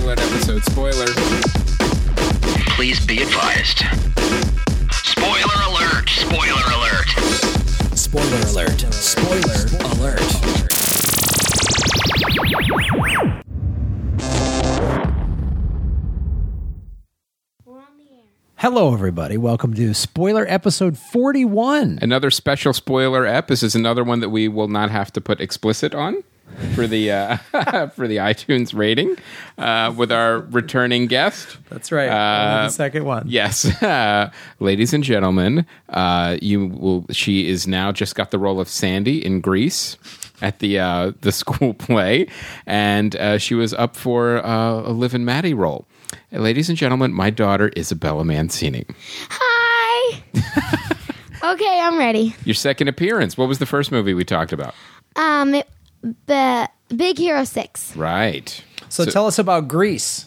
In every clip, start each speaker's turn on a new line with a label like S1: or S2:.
S1: episode spoiler.
S2: Please be advised. Spoiler alert! Spoiler alert!
S3: Spoiler alert. Spoiler alert. Hello, everybody. Welcome to spoiler episode 41.
S1: Another special spoiler ep. This is another one that we will not have to put explicit on for the uh, for the iTunes rating uh, with our returning guest.
S4: That's right. Only the second one.
S1: Yes, uh, ladies and gentlemen, uh, you will. She is now just got the role of Sandy in Greece at the uh, the school play, and uh, she was up for uh, a Liv and Maddie role. And ladies and gentlemen, my daughter Isabella Mancini.
S5: Hi. okay, I'm ready.
S1: Your second appearance. What was the first movie we talked about?
S5: Um, it, the Big Hero Six.
S1: Right.
S4: So, tell us about Greece.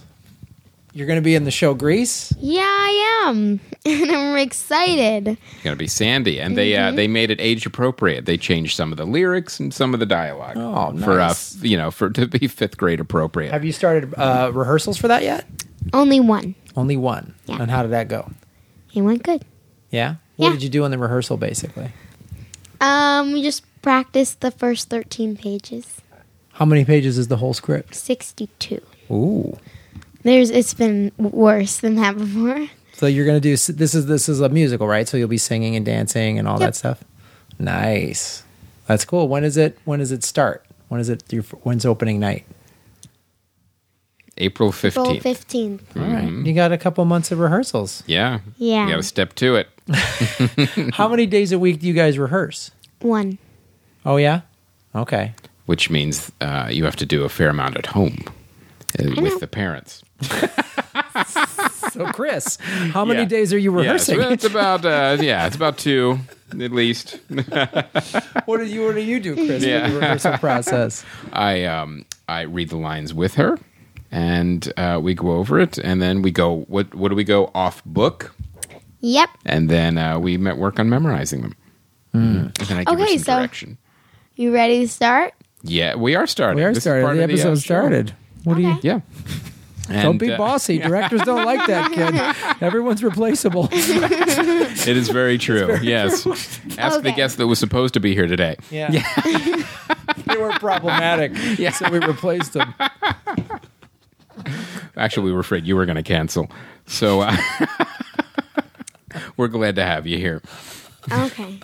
S4: You're going to be in the show Greece.
S5: Yeah, I am, and I'm excited.
S1: It's gonna be Sandy, and they uh, they made it age appropriate. They changed some of the lyrics and some of the dialogue.
S4: Oh,
S1: for uh,
S4: nice.
S1: f- you know for to be fifth grade appropriate.
S4: Have you started uh, rehearsals for that yet?
S5: Only one.
S4: Only one. And how did that go?
S5: It went good.
S4: Yeah. What
S5: Yeah.
S4: did you do in the rehearsal, basically?
S5: Um, we just practiced the first thirteen pages.
S4: How many pages is the whole script?
S5: Sixty-two.
S4: Ooh.
S5: There's. It's been worse than that before.
S4: So you're going to do s- this is this is a musical, right? So you'll be singing and dancing and all
S5: Yep.
S4: that stuff. Nice. That's cool. When is it? When does it start? When is it? Your, f- when's opening night?
S1: April
S5: Roll
S1: fifteenth.
S5: fifteenth.
S1: Mm-hmm.
S4: All right. You got a couple months of rehearsals.
S1: Yeah.
S5: Yeah.
S1: You got to step to it.
S4: How many days a week do you guys rehearse?
S5: One.
S4: Oh yeah. Okay.
S1: which means uh, you have to do a fair amount at home uh, with the parents.
S4: So Chris, how many
S1: Yeah.
S4: days are you
S1: Yeah,
S4: rehearsing?
S1: so it's about uh, yeah, it's about two at least.
S4: what do you What do you do, Chris?
S1: Yeah.
S4: For the rehearsal process.
S1: I um, I read the lines with her, and uh, we go over it, and then we go what what do we go off book,
S5: Yep.
S1: and then uh, we met work on memorizing them.
S4: Hmm.
S1: And then I give her
S5: Okay,
S1: some
S5: so-
S1: direction.
S5: You ready to start?
S1: Yeah, we are starting.
S4: We are
S1: This is
S4: started.
S1: part
S4: The
S1: of
S4: episode
S1: uh, show.
S4: started. What do you?
S5: Okay.
S1: Yeah.
S4: Don't
S1: And,
S4: be
S1: uh,
S4: bossy. Directors don't like that, kid. Everyone's replaceable.
S1: It is very true. yes. Ask the
S5: Okay.
S1: guest that was supposed to be here today.
S4: Yeah. they were problematic. Yeah. So we replaced them.
S1: Actually, we were afraid you were going to cancel. So uh, we're glad to have you here.
S5: Okay.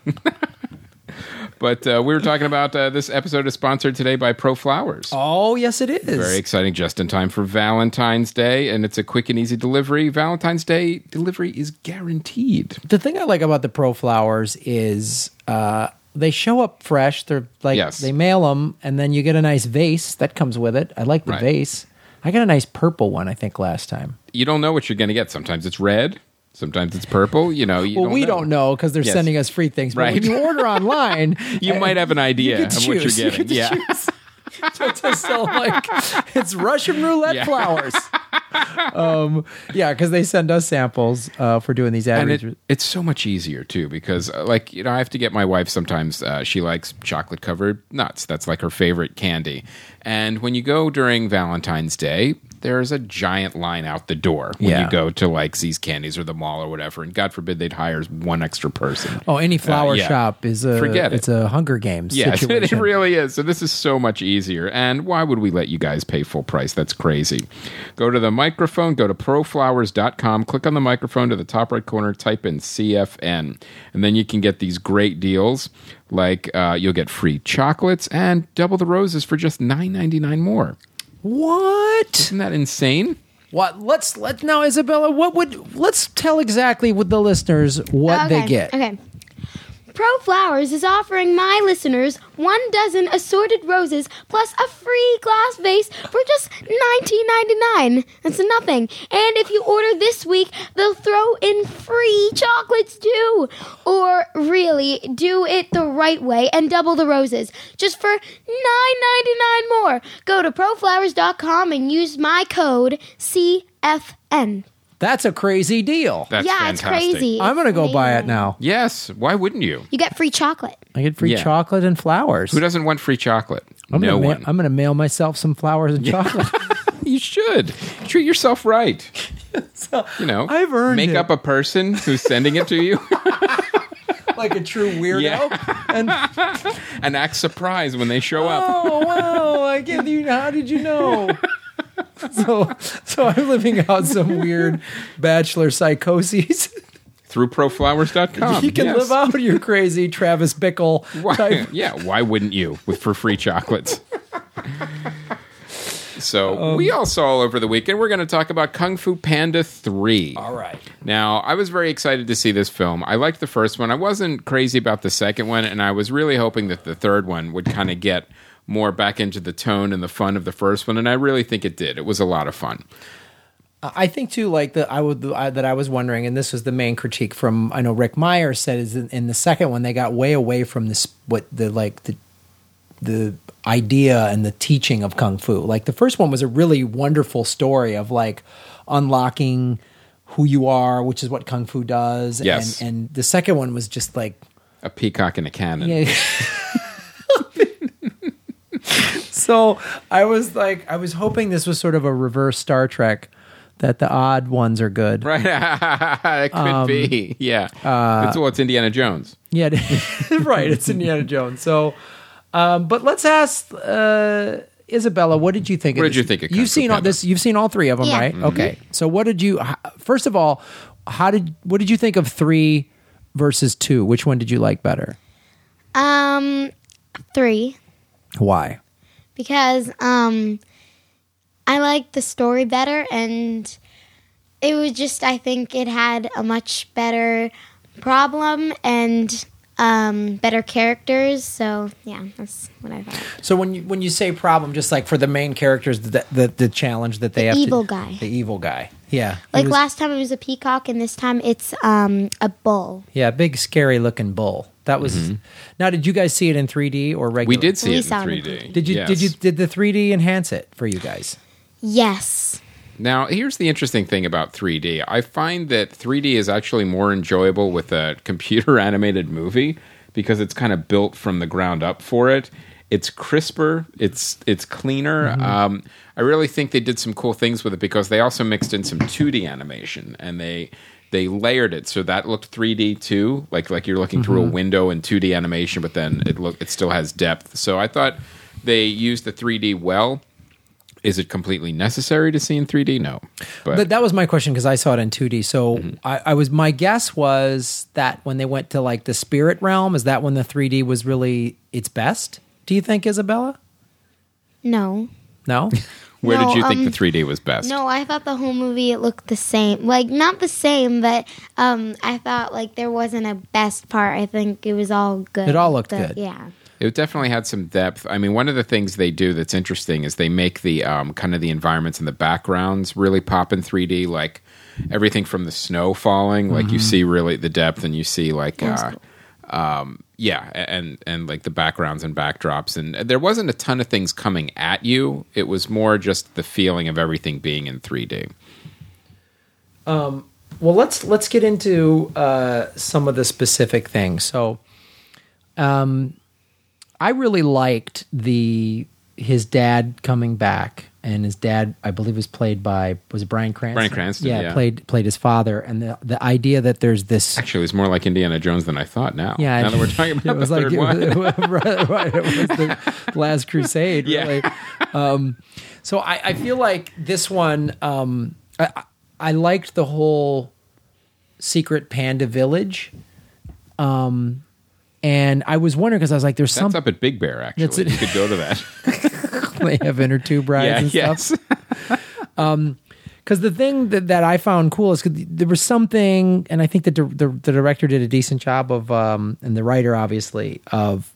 S1: But uh, we were talking about uh, this episode is sponsored today by Pro Flowers.
S4: Oh, yes, it is.
S1: Very exciting, just in time for Valentine's Day, and it's a quick and easy delivery. Valentine's Day delivery is guaranteed.
S4: the thing I like about the Pro Flowers is uh, they show up fresh. They're like
S1: Yes.
S4: they mail them, and then you get a nice vase that comes with it. I like the
S1: Right.
S4: vase. I got a nice purple one, I think, last time.
S1: You don't know what you're going to get. Sometimes it's red, sometimes it's purple. You know, you
S4: well,
S1: don't
S4: we
S1: know.
S4: don't know because they're
S1: Yes.
S4: sending us free things. But
S1: Right.
S4: when you order online,
S1: You might have an idea
S4: get to
S1: of what
S4: choose.
S1: you're
S4: You
S1: getting.
S4: get to
S1: yeah.
S4: choose. So to sell like it's Russian roulette
S1: Yeah.
S4: flowers. um, yeah, because they send us samples uh, for doing these ad
S1: and
S4: reads.
S1: it, it's so much easier too because uh, like you know i have to get my wife sometimes uh, she likes chocolate covered nuts that's like her favorite candy and when you go during valentine's day there's a giant line out the door when
S4: Yeah.
S1: you go to like these candies or the mall or whatever and god forbid they'd hire one extra person
S4: Oh, any flower
S1: Uh, yeah.
S4: shop is a
S1: Forget it.
S4: it's a Hunger Games
S1: Yes,
S4: situation.
S1: it really is. So this is so much easier. And why would we let you guys pay full price? That's crazy. Go to the microphone, go to proflowers.com, click on the microphone to the top right corner, type in CFN, and then you can get these great deals. Like uh, you'll get free chocolates and double the roses for just nine ninety nine more.
S4: What?
S1: Isn't that insane?
S4: What? Let's let now, Isabella. What would let's tell exactly with the listeners what
S5: okay.
S4: they get?
S5: Okay. Pro Flowers is offering my listeners one dozen assorted roses plus a free glass vase for just $19.99. That's nothing. And if you order this week, they'll throw in free chocolates too. Or really, do it the right way and double the roses just for $9.99 more. Go to proflowers.com and use my code CFN.
S4: That's a crazy deal.
S1: That's
S5: yeah,
S1: fantastic.
S5: it's crazy.
S4: I'm gonna
S5: It's
S4: go buy it
S5: amazing.
S4: now.
S1: Yes, why wouldn't you?
S5: You get free chocolate.
S4: I get free
S1: Yeah.
S4: chocolate and flowers.
S1: Who doesn't want free chocolate?
S4: I'm
S1: no
S4: gonna ma-
S1: one.
S4: I'm gonna mail myself some flowers and chocolate.
S1: You should treat yourself right. you know,
S4: I've earned
S1: make
S4: it.
S1: up a person who's sending it to you
S4: like a true weirdo.
S1: Yeah.
S4: And
S1: and act surprised when they show up.
S4: oh wow, I get you. How did you know? So, so I'm living out some weird bachelor psychoses.
S1: through proflowers.com.
S4: you can
S1: Oh, yes.
S4: live out your crazy Travis Bickle
S1: Why,
S4: type.
S1: yeah, why wouldn't you with for free chocolates?
S4: Um,
S1: so we all saw all over the weekend. We're going to talk about Kung Fu Panda Three.
S4: All right.
S1: Now, I was very excited to see this film. I liked the first one. I wasn't crazy about the second one, and I was really hoping that the third one would kind of get more back into the tone and the fun of the first one, and I really think it did. It was a lot of fun.
S4: I think too, like the I would I, that I was wondering, and this was the main critique from I know Rick Meyer said is in, in the second one they got way away from this what the like the the idea and the teaching of kung fu. Like the first one was a really wonderful story of like unlocking who you are, which is what kung fu does.
S1: Yes.
S4: and, and the second one was just like
S1: A peacock and a cannon.
S4: yeah. so I was like, I was hoping this was sort of a reverse Star Trek, that the odd ones are good.
S1: Right. it could
S4: Um,
S1: be. Yeah.
S4: uh,
S1: it's, well, it's Indiana Jones.
S4: Yeah, right. It's Indiana Jones. So, um, but let's ask uh, Isabella, what did you think?
S1: What
S4: of this?
S1: did you think of Kung
S4: You've
S1: Fu
S4: seen all
S1: Panda?
S4: this. You've seen all three of them,
S5: Yeah.
S4: right?
S1: Mm-hmm.
S4: Okay. So, what did you? h- First of all, how did what did you think of three versus two? Which one did you like better?
S5: Um, three.
S4: Why?
S5: because um I liked the story better and it was just I think it had a much better problem and um better characters so yeah that's what I thought
S4: So when you when you say problem, just like for the main characters, the the, the challenge that they have
S5: evil
S4: to,
S5: guy.
S4: the evil guy, yeah, He
S5: like
S4: was-
S5: last time it was a peacock and this time it's um a bull
S4: yeah, big scary looking bull. That was. Now, did you guys see it in 3D or regular?
S1: Mm-hmm. We did see
S5: We
S1: it in
S5: saw it in
S1: 3D.
S4: Did you
S1: Yes.
S4: did you did the 3D enhance it for you guys?
S5: yes
S1: Now, here's the interesting thing about 3D. I find that 3D is actually more enjoyable with a computer animated movie because it's kind of built from the ground up for it. It's crisper. It's it's cleaner. Um, I really think they did some cool things with it because they also mixed in some 2D animation and they they layered it so that looked 3D too, like like you're looking through a window in 2D animation, but then it look it still has depth. So I thought they used the 3D well is it completely necessary to see in 3D? No. But,
S4: But that was my question because I saw it in 2D. So
S1: Mm-hmm.
S4: I, I was my guess was that when they went to like the spirit realm, is that when the 3D was really its best? Do you think, Isabella?
S5: no
S4: No.
S1: where
S5: no,
S1: did you think
S5: um,
S1: the 3D was best?
S5: no I thought the whole movie it looked the same like not the same but um I thought like there wasn't a best part I think it was all good
S4: It all looked
S5: The-
S4: good.
S5: yeah
S1: It definitely had some depth. I mean, one of the things they do that's interesting is they make the um, kind of the environments and the backgrounds really pop in 3D, like everything from the snow falling,
S5: Mm-hmm.
S1: like you see really the depth and you see like. Uh, um, yeah, a- and and like the backgrounds and backdrops, and there wasn't a ton of things coming at you. It was more just the feeling of everything being in 3D.
S4: well, let's let's get into uh, some of the specific things. So, um, I really liked the his dad coming back, and his dad, I believe, was played by was it Brian Cranston?
S1: Bryan Cranston, yeah.
S4: played played his father, and the the idea that there's this
S1: Actually, it's more like Indiana Jones than I thought. Now,
S4: Yeah,
S1: now that we're talking about
S4: it was
S1: the
S4: like
S1: third
S4: it was-
S1: one,
S4: it was- right, right, it was the Last Crusade.
S1: Yeah.
S4: Really. Um, so I, I feel like this one, um, I, I- I liked the whole secret panda village, um, and I was wondering because I was like, "There's
S1: that's
S4: something
S1: up at Big Bear.
S4: That's it.
S1: Actually, you could go to that.
S4: they have inner tube rides
S1: yeah,
S4: and stuff."
S1: yes,
S4: Because the thing that, that I found cool is 'cause there was something, and I think the, di- the the director did a decent job of, um, and the writer obviously of,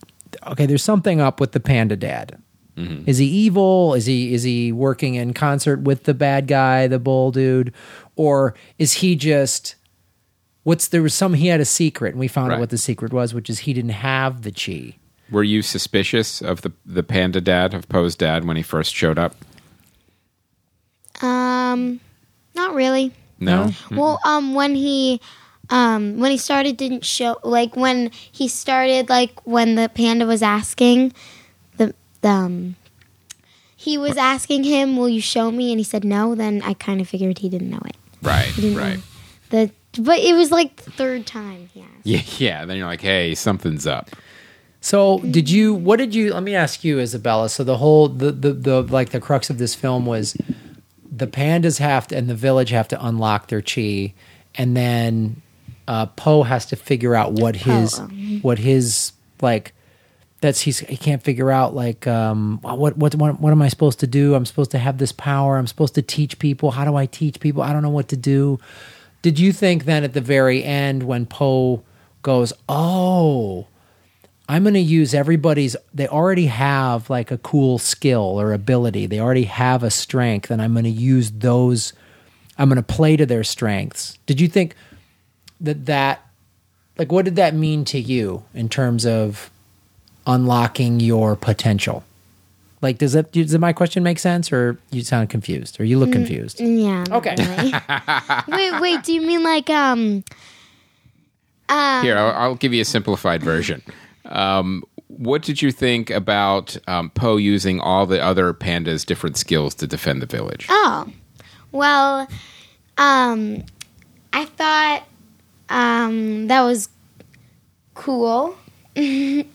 S4: okay, there's something up with the panda dad.
S1: Mm-hmm.
S4: Is he evil? Is he is he working in concert with the bad guy, the bull dude, or is he just? What's there was some he had a secret, and we found
S1: Right.
S4: out what the secret was, which is he didn't have the chi.
S1: Were you suspicious of the the panda dad of Poe's dad when he first showed up?
S5: Um, not really.
S1: No.
S5: Well, um, when he, um, when he started, didn't show like when he started, like when the panda was asking, the the, um, he was asking him, "Will you show me?" And he said no. Then I kind of figured he didn't know it.
S1: Right,
S5: didn't
S1: right.
S5: The but it was like the third time. Yeah.
S1: Yeah, yeah. Then you're like, hey, something's up.
S4: So did you? What did you? Let me ask you, Isabella. So the whole the the, the like the crux of this film was the pandas have to and the village have to unlock their chi, and then uh, Poe has to figure out what his
S5: um.
S4: what his like that's he's he can't figure out like um what what what what am I supposed to do? I'm supposed to have this power. I'm supposed to teach people. How do I teach people? I don't know what to do. Did you think then at the very end when Poe goes, "Oh, I'm going to use everybody's. They already have like a cool skill or ability. They already have a strength, and I'm going to use those. I'm going to play to their strengths. Did you think that that, like, what did that mean to you in terms of unlocking your potential? Like, does that does my question make sense, or you sound confused, or you look confused?
S5: Yeah. not
S4: Okay.
S5: really. wait, wait. Do you mean like um?
S1: Here, I'll, I'll give you a simplified version. Um, what did you think about um, Poe using all the other pandas' different skills to defend the village?
S5: Oh, well, um, I thought um that was cool, and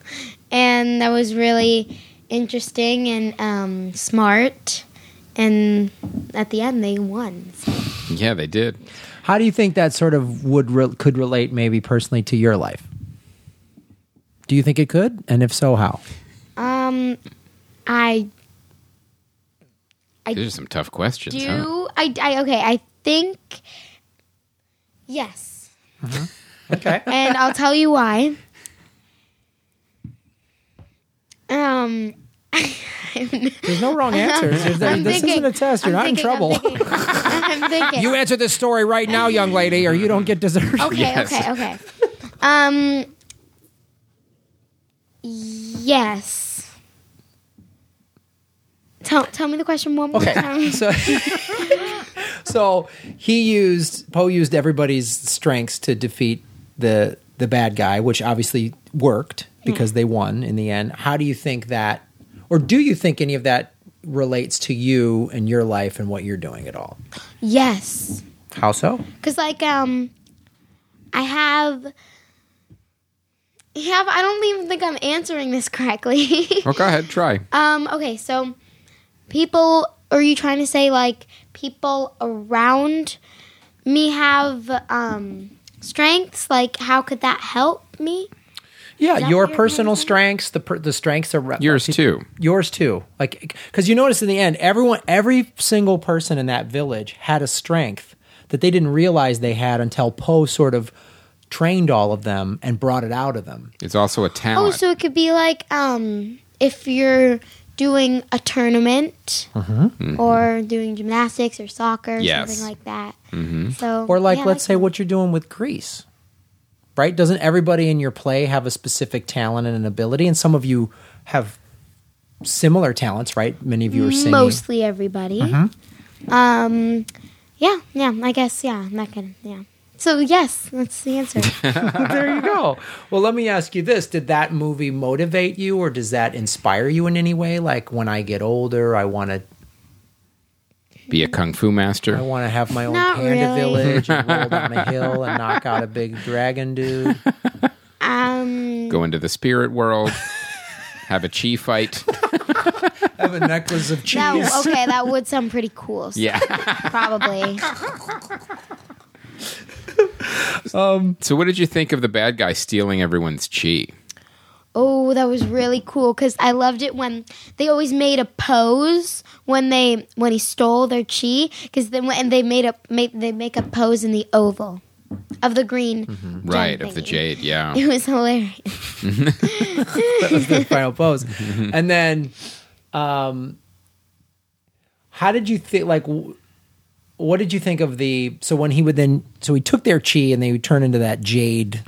S5: that was really interesting and um smart. And at the end, they won. So-
S1: Yeah, they did.
S4: How do you think that sort of would re- could relate maybe personally to your life? Do you think it could? And if so, how?
S5: Um, I
S1: These are some tough questions. Huh?
S5: do. I, I okay. I think yes,
S4: Okay.
S5: and I'll tell you why. Um,
S4: There's no wrong answers. There's-
S5: I'm
S4: this
S5: thinking-
S4: isn't a test. You're
S5: I'm
S4: not in
S5: thinking, I'm
S4: trouble.
S5: thinking, I'm thinking.
S4: You answer this story right now, young lady, or you don't get dessert.
S5: okay, okay, okay. Um, yes. Tell, tell me the question one more time.
S4: So, so he used Poe used everybody's strengths to defeat the the bad guy, which obviously worked because they won in the end. How do you think that, or do you think any of that relates to you and your life and what you're doing at all?
S5: Yes.
S4: How so?
S5: Cause like um, I have, have I don't even think I'm answering this correctly.
S1: Well, go ahead, try.
S5: um, okay, so people, are you trying to say like people around me have um strengths? Like, how could that help me?
S4: Yeah,
S5: that
S4: your
S5: what you're
S4: personal
S5: thinking?
S4: strengths, the per, the strengths are
S1: Yours too.
S4: Yours too. Like because you notice in the end, everyone, every single person in that village had a strength that they didn't realize they had until Poe sort of trained all of them and brought it out of them.
S1: It's also a
S5: Oh,
S1: talent.
S5: so it could be like um, if you're doing a tournament
S4: Mm-hmm.
S5: or doing gymnastics or soccer,
S1: Yes.
S5: something like that. Mm-hmm. So
S4: Or like,
S5: yeah,
S4: let's
S5: I
S4: say what you're doing with Greece, right? Doesn't everybody in your play have a specific talent and an ability? And some of you have similar talents, right? Many of you are singing. Mm-hmm.
S5: mostly everybody. Um, yeah, yeah, I guess, yeah, I'm not gonna, yeah. So yes, that's the answer.
S4: there you go. Well, let me ask you this: Did that movie motivate you, or does that inspire you in any way? Like, when I get older, I want to,
S1: Be a kung fu master.
S4: I want to have my own
S5: Not
S4: panda
S5: really.
S4: village and roll down a hill and knock out a big dragon dude.
S5: Um,
S1: Go into the spirit world. have a chi fight.
S4: Have a necklace of cheese.
S5: that, okay, that would sound pretty cool. So
S1: Yeah.
S5: Probably.
S1: So, what did you think of the bad guy stealing everyone's chi?
S5: Oh, that was really cool because I loved it when they always made a pose when they when he stole their chi because then when and they made a make they make a pose in the oval of the green gem
S1: Right, of the
S5: thingy.
S1: jade, yeah.
S5: It was hilarious.
S4: that was the final pose. And then, um, how did you think? Like, w- what did you think of the? So when he would then, so he took their chi and they would turn into that jade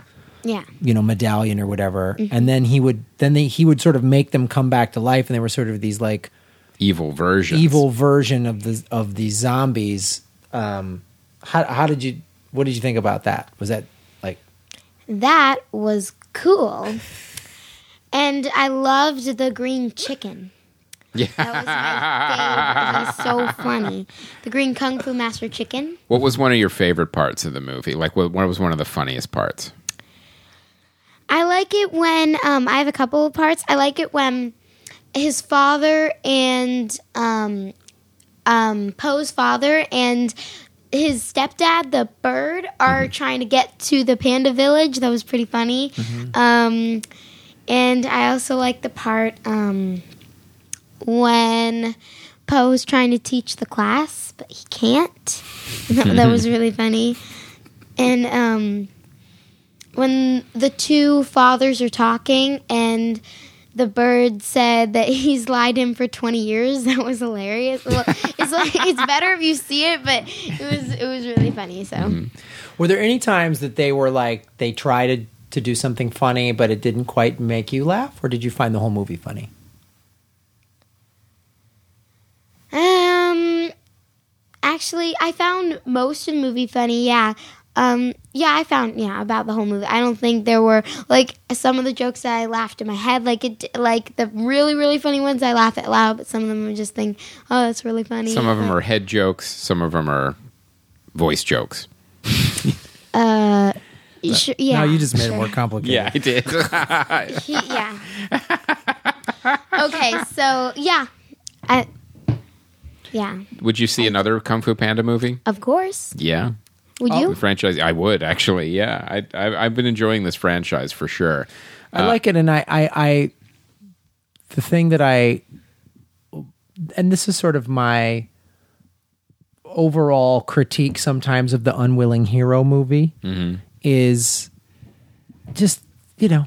S5: Yeah,
S4: you know medallion or whatever and then he would then they, he would sort of make them come back to life and they were sort of these like
S1: Evil version.
S4: evil version of the of the zombies um how how did you what did you think about that was that like
S5: that was cool. And I loved the green chicken. Yeah. That was my favorite. It was so funny. The Green Kung Fu Master Chicken.
S1: What was one of your favorite parts of the movie? Like, what, what was one of the funniest parts?
S5: I like it when um, I have a couple of parts. I like it when his father and um, um, Poe's father and his stepdad, the bird, are trying to get to the panda village. That was pretty funny. Um, and I also like the part um, when Poe's trying to teach the class, but he can't. That, that was really funny. And um, when the two fathers are talking and the bird said that he's lied him for 20 years that was hilarious Well, it's like it's better if you see it but it was it was really funny so
S1: Mm-hmm.
S4: Were there any times that they were like they tried to, to do something funny, but it didn't quite make you laugh, or did you find the whole movie funny?
S5: um actually i found most of the movie funny yeah um yeah i found yeah about the whole movie i don't think there were like some of the jokes that i laughed in my head like it like the really really funny ones i laugh at loud but some of them i just think oh that's really funny
S1: Some of them are head jokes, some of them are voice jokes.
S5: Sure, yeah
S4: no, you just made it
S5: sure.
S4: more complicated.
S1: I did.
S5: He- yeah. okay, so yeah, I, yeah,
S1: would you see another Kung Fu Panda movie?
S5: of course.
S1: Yeah.
S5: Would
S1: The
S5: you?
S1: franchise, I would actually. Yeah. I, I, I've been enjoying this franchise for sure. Uh,
S4: I like it, and I, I, I, the thing that I, and this is sort of my overall critique sometimes of the unwilling hero movie
S1: Mm-hmm.
S4: is just you know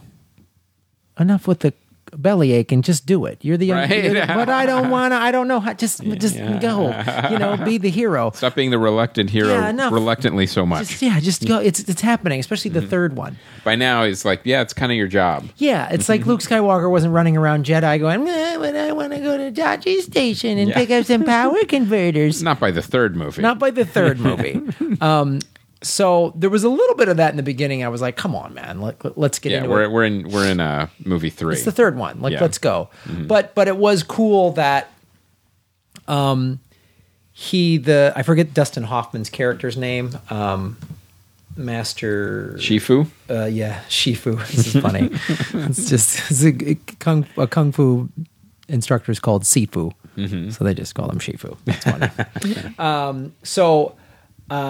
S4: enough with the bellyache and just do it. You're the,
S1: Right.
S4: you're the- but I don't want to. I don't know how. Just just
S1: yeah.
S4: go. You know, be the hero.
S1: Stop being the reluctant hero
S4: Yeah, enough.
S1: reluctantly so much. Mm-hmm.
S4: Just, yeah, just go. It's it's happening, especially the third one.
S1: By now, it's like, yeah, it's kind of your job.
S4: Yeah, it's
S1: Mm-hmm.
S4: like Luke Skywalker wasn't running around Jedi going, "Eh, but I want to go to Dodgy Station and
S1: Yeah.
S4: pick up some power converters.
S1: It's not by the third movie.
S4: Not by the third movie. um, so there was a little bit of that in the beginning. I was like, come on, man, let, let's get
S1: yeah,
S4: into
S1: we're,
S4: it.
S1: we're in we're in uh, movie three.
S4: It's the third one. Like,
S1: Yeah. Mm-hmm.
S4: let's go. But but it was cool that um he the I forget Dustin Hoffman's character's name. Um Master
S1: Shifu.
S4: uh, yeah, Shifu. This is funny. it's just it's a, a kung, a kung fu instructor is called Sifu, so they just call him Shifu. That's funny. um, so uh,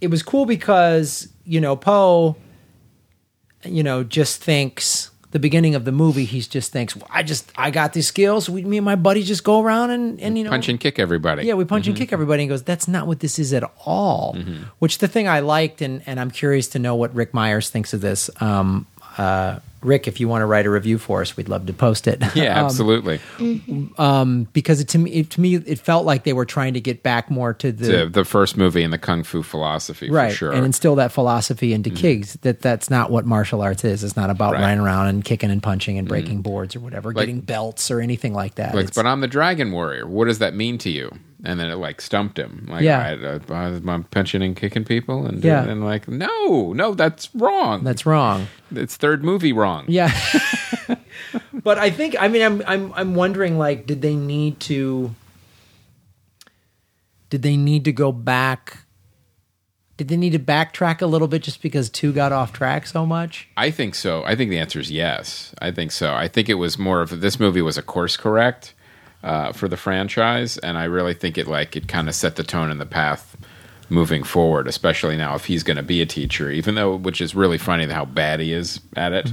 S4: it was cool because you know Poe, you know, just thinks the beginning of the movie. He's just thinks I just I got these skills. We, me and my buddies just go around and and you know
S1: Punch and kick everybody.
S4: yeah, we punch
S1: Mm-hmm.
S4: and kick everybody and goes, that's not what this is at all. Which the thing I liked, and, and I'm curious to know what Rick Myers thinks of this. Um, uh, Rick, if you want to write a review for us, we'd love to post it.
S1: Yeah,
S4: Um,
S1: absolutely.
S4: because it, to me, it, to me, it felt like they were trying to get back more to the
S1: the, the first movie and the kung fu philosophy
S4: right
S1: for sure. Mm-hmm.
S4: and instill that philosophy into kids that that's not what martial arts is. It's not about
S1: Right. Mm-hmm.
S4: running around and kicking and punching and breaking boards or whatever,
S1: Like-
S4: getting belts or anything like that.
S1: like,
S4: It's-
S1: but I'm the dragon warrior. What does that mean to you? And then it like stumped him. Like,
S4: Yeah.
S1: I, uh, I'm punching and kicking people, and
S4: Yeah.
S1: and like, no, no, that's wrong.
S4: that's wrong.
S1: it's third movie wrong.
S4: Yeah. but I think I mean I'm I'm I'm wondering like did they need to did they need to go back did they need to backtrack a little bit just because two got off track so much?
S1: I think so. I think the answer is yes. I think so. I think it was more of this movie was a course correct uh, for the franchise, and I really think it like it kind of set the tone and the path moving forward, especially now if he's going to be a teacher, even though which is really funny how bad he is at it.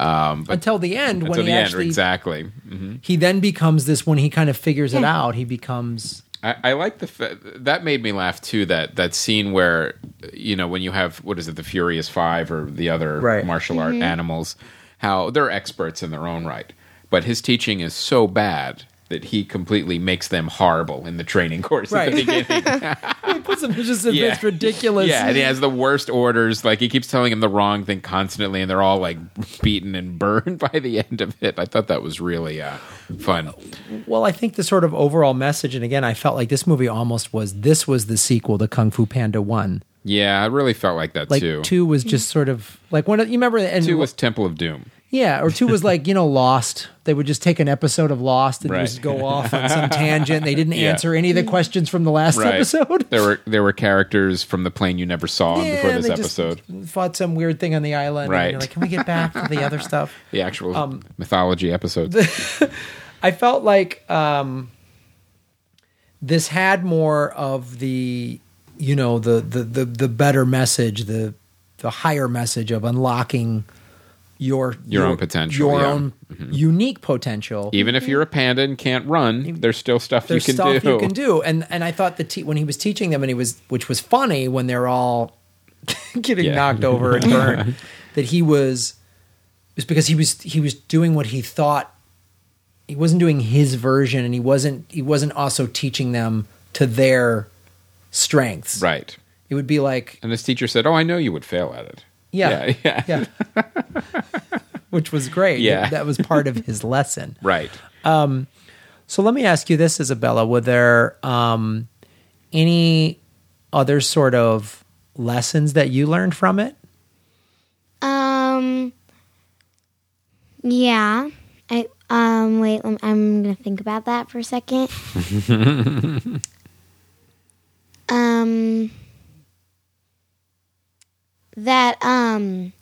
S1: Um, but
S4: Until the end Mm-hmm. when
S1: until
S4: he
S1: the
S4: actually
S1: end, exactly. hmm
S4: he then becomes this when he kind of figures it out, he becomes
S1: I, I like the fa- that made me laugh too. That that scene where you know when you have what is it, the Furious Five or the other
S4: Right.
S1: martial art animals, how they're experts in their own right, but his teaching is so bad that he completely makes them horrible in the training course at the
S4: Right.
S1: beginning.
S4: puts him just in
S1: Yeah.
S4: this ridiculous
S1: Yeah, and he has the worst orders. Like he keeps telling him the wrong thing constantly, and they're all like beaten and burned by the end of it. I thought that was really uh, fun.
S4: Well, I think the sort of overall message and again I felt like this movie almost was this was the sequel to Kung Fu Panda 1.
S1: Yeah, I really felt like that
S4: Like
S1: too.
S4: two was just sort of like one of you remember and
S1: Two was Temple of Doom.
S4: Yeah, or two was like you know Lost. They would just take an episode of Lost and
S1: Right.
S4: just go off on some tangent. They didn't answer any of the questions from the last
S1: Right.
S4: episode.
S1: There were there were characters from the plane you never saw
S4: Yeah,
S1: before
S4: and
S1: this
S4: they just
S1: episode.
S4: fought some weird thing on the island. and they're
S1: Right.
S4: like, can we get back to the other stuff?
S1: The actual
S4: um,
S1: mythology episode.
S4: I felt like um, this had more of the, you know, the the the, the better message, the the higher message of unlocking your
S1: Your own potential,
S4: your
S1: yeah. Mm-hmm.
S4: own unique potential.
S1: Even if you're a panda and can't run, there's still stuff
S4: There's
S1: you can
S4: stuff
S1: do.
S4: you can do, and and I thought the te- when he was teaching them, and he was which was funny when they're all getting
S1: Yeah.
S4: knocked over and burned, that he was it was because he was he was doing what he thought he wasn't doing his version, and he wasn't he wasn't also teaching them to their strengths.
S1: Right.
S4: It would be like
S1: And this teacher said, "Oh, I know you would fail at it."
S4: yeah,
S1: Yeah. yeah.
S4: yeah. which was great.
S1: Yeah.
S4: that, that was part of his lesson.
S1: Right.
S4: So let me ask you this, Isabella: Were there um, any other sort of lessons that you learned from it?
S5: Um. Yeah. I um. Wait. lem- I'm gonna think about that for a second. um. That um.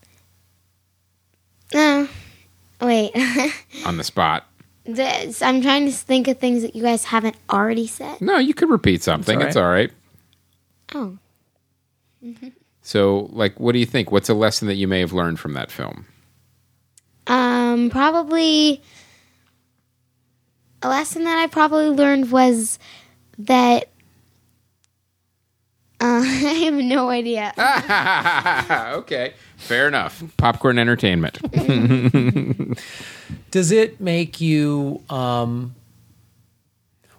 S5: Uh, wait.
S1: On the spot.
S5: This- I'm trying to think of things that you guys haven't already said.
S1: No, you could repeat something.
S4: all
S1: It's
S4: right.
S1: all right.
S5: Oh.
S1: So, like, what do you think? What's a lesson that you may have learned from that film?
S5: Um, probably a lesson that I probably learned was that uh, I have no idea.
S1: okay, fair enough. Popcorn entertainment.
S4: Does it make you? Um,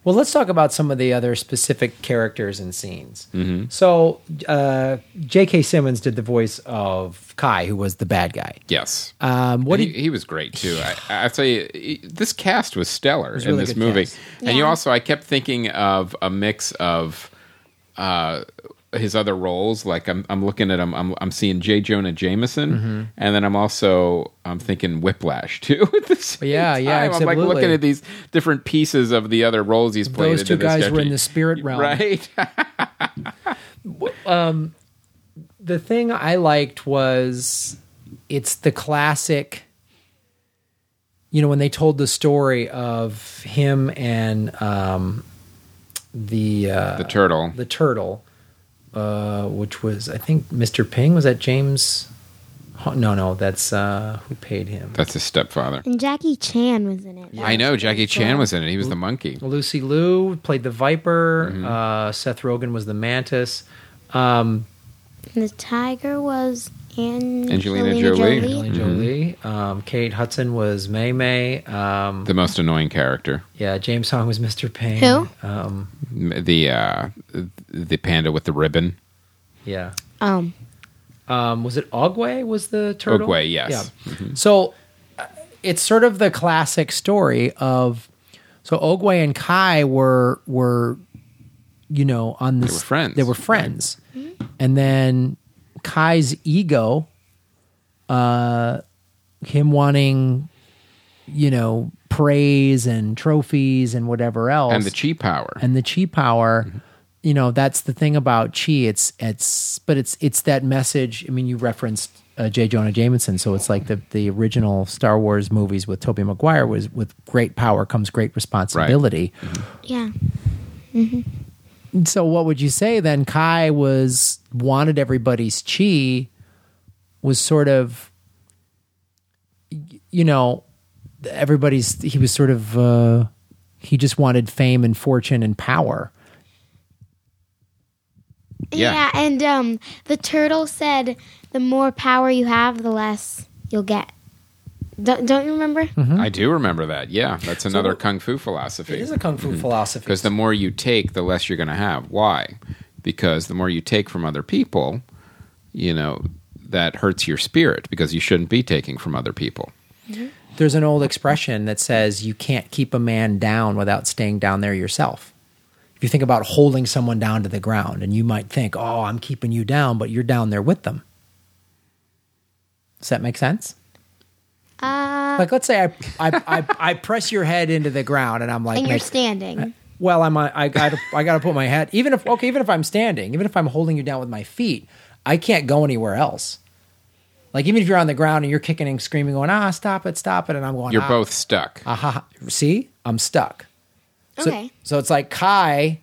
S4: well, let's talk about some of the other specific characters and scenes.
S1: Mm-hmm.
S4: So, uh, J.K. Simmons did the voice of Kai, who was the bad guy.
S1: Yes.
S4: Um, what
S1: he,
S4: did
S1: he was great too. I, I tell you, he- this cast was stellar in
S4: really
S1: this
S4: good
S1: movie.
S4: cast.
S1: And you also, I kept thinking of a mix of uh, his other roles. Like I'm, I'm looking at him. I'm, I'm seeing J. Jonah Jameson,
S4: Mm-hmm.
S1: and then I'm also I'm thinking Whiplash too. At the same
S4: Yeah, yeah,
S1: time. I'm like
S4: absolutely.
S1: looking at these different pieces of the other roles he's played.
S4: those
S1: into
S4: two
S1: this
S4: guys were in
S1: sketchy-
S4: the spirit realm?
S1: right?
S4: the thing I liked was it's the classic. You know when they told the story of him and um, the uh,
S1: the turtle.
S4: the turtle, uh, which was I think Mr. Ping was that James? Ho- No, no, that's uh, who paid him.
S1: That's his stepfather.
S5: And Jackie Chan was in it.
S1: I know Jackie Chan was in it. He was the monkey.
S4: Lucy Liu played the viper. Uh, Seth Rogen was the mantis. Um,
S5: And the tiger was Angelina,
S1: Angelina Jolie.
S5: Jolie.
S4: Angelina Jolie. Um, Kate Hudson was May May. Um,
S1: The most annoying character.
S4: Yeah, James Hong was Mr. Payne.
S5: Who?
S4: Um,
S1: M- the uh the panda with the ribbon
S4: yeah.
S5: Um,
S4: Um, was it Ogway was the turtle?
S1: Ogway, yes. Mm-hmm.
S4: Yeah. So uh, it's sort of the classic story of so Ogway and Kai were were you know on this
S1: were friends,
S4: They were friends. Mm-hmm. And then Kai's ego uh him wanting you know praise and trophies and whatever else
S1: and the chi power
S4: and the chi power you know that's the thing about chi it's it's but it's it's that message i mean you referenced uh, J. Jonah Jameson. So it's like the, the original Star Wars movies with Tobey Maguire was with great power comes great responsibility.
S5: yeah.
S4: So what would you say then? Kai was wanted everybody's chi, was sort of, y- you know, everybody's. He was sort of. Uh, he just wanted fame and fortune and power.
S1: Yeah.
S5: yeah. and um, the turtle said, "The more power you have, the less you'll get." Don't, don't you remember?
S1: i do remember that yeah that's another kung fu philosophy
S4: Mm-hmm. It is a kung fu philosophy.
S1: because the more you take the less you're going to have why because the more you take from other people you know that hurts your spirit because you shouldn't be taking from other people
S4: There's an old expression that says you can't keep a man down without staying down there yourself. If you think about holding someone down to the ground, and you might think, "Oh, I'm keeping you down," but you're down there with them. Does that make sense?
S5: Uh,
S4: Like, let's say I, I, I, I press your head into the ground and I'm like,
S5: and you're
S4: like,
S5: standing.
S4: well, I'm, on- I got, I got to put my head, even if, okay, even if I'm standing, even if I'm holding you down with my feet, I can't go anywhere else. Like, even if you're on the ground and you're kicking and screaming, going, ah, stop it, stop it. And I'm going,
S1: You're
S4: "Ah,
S1: both stuck.
S4: aha, see, I'm stuck. So,
S5: Okay.
S4: So it's like Kai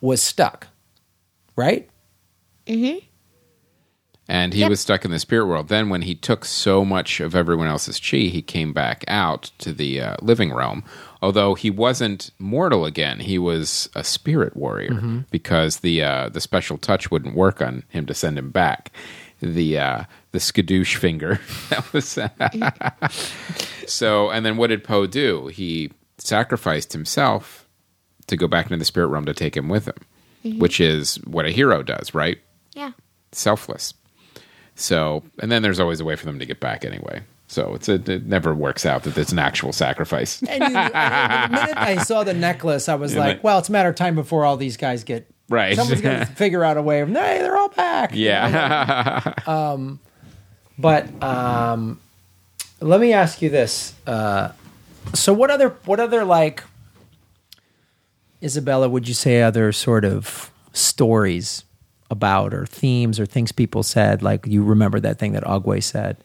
S4: was stuck, right?
S1: And he was stuck in the spirit world. Then, when he took so much of everyone else's chi, he came back out to the uh, living realm. Although he wasn't mortal again, he was a spirit warrior because the uh, the special touch wouldn't work on him to send him back. The uh, the skadoosh finger that was so. And then what did Poe do? He sacrificed himself to go back into the spirit realm to take him with him, which is what a hero does, right?
S5: Yeah.
S1: selfless. So, and then there's always a way for them to get back anyway. So it's a, it never works out that it's an actual sacrifice.
S4: And you, I mean, the minute I saw the necklace, I was like,
S1: but-
S4: well, it's a matter of time before all these guys get.
S1: Right.
S4: Someone's going to figure out a way of, hey, they're all back.
S1: yeah.
S4: But um, let me ask you this. Uh, so what other, what other like, Isabella, would you say other sort of stories about or themes or things people said? Like you remember that thing that Ogway said.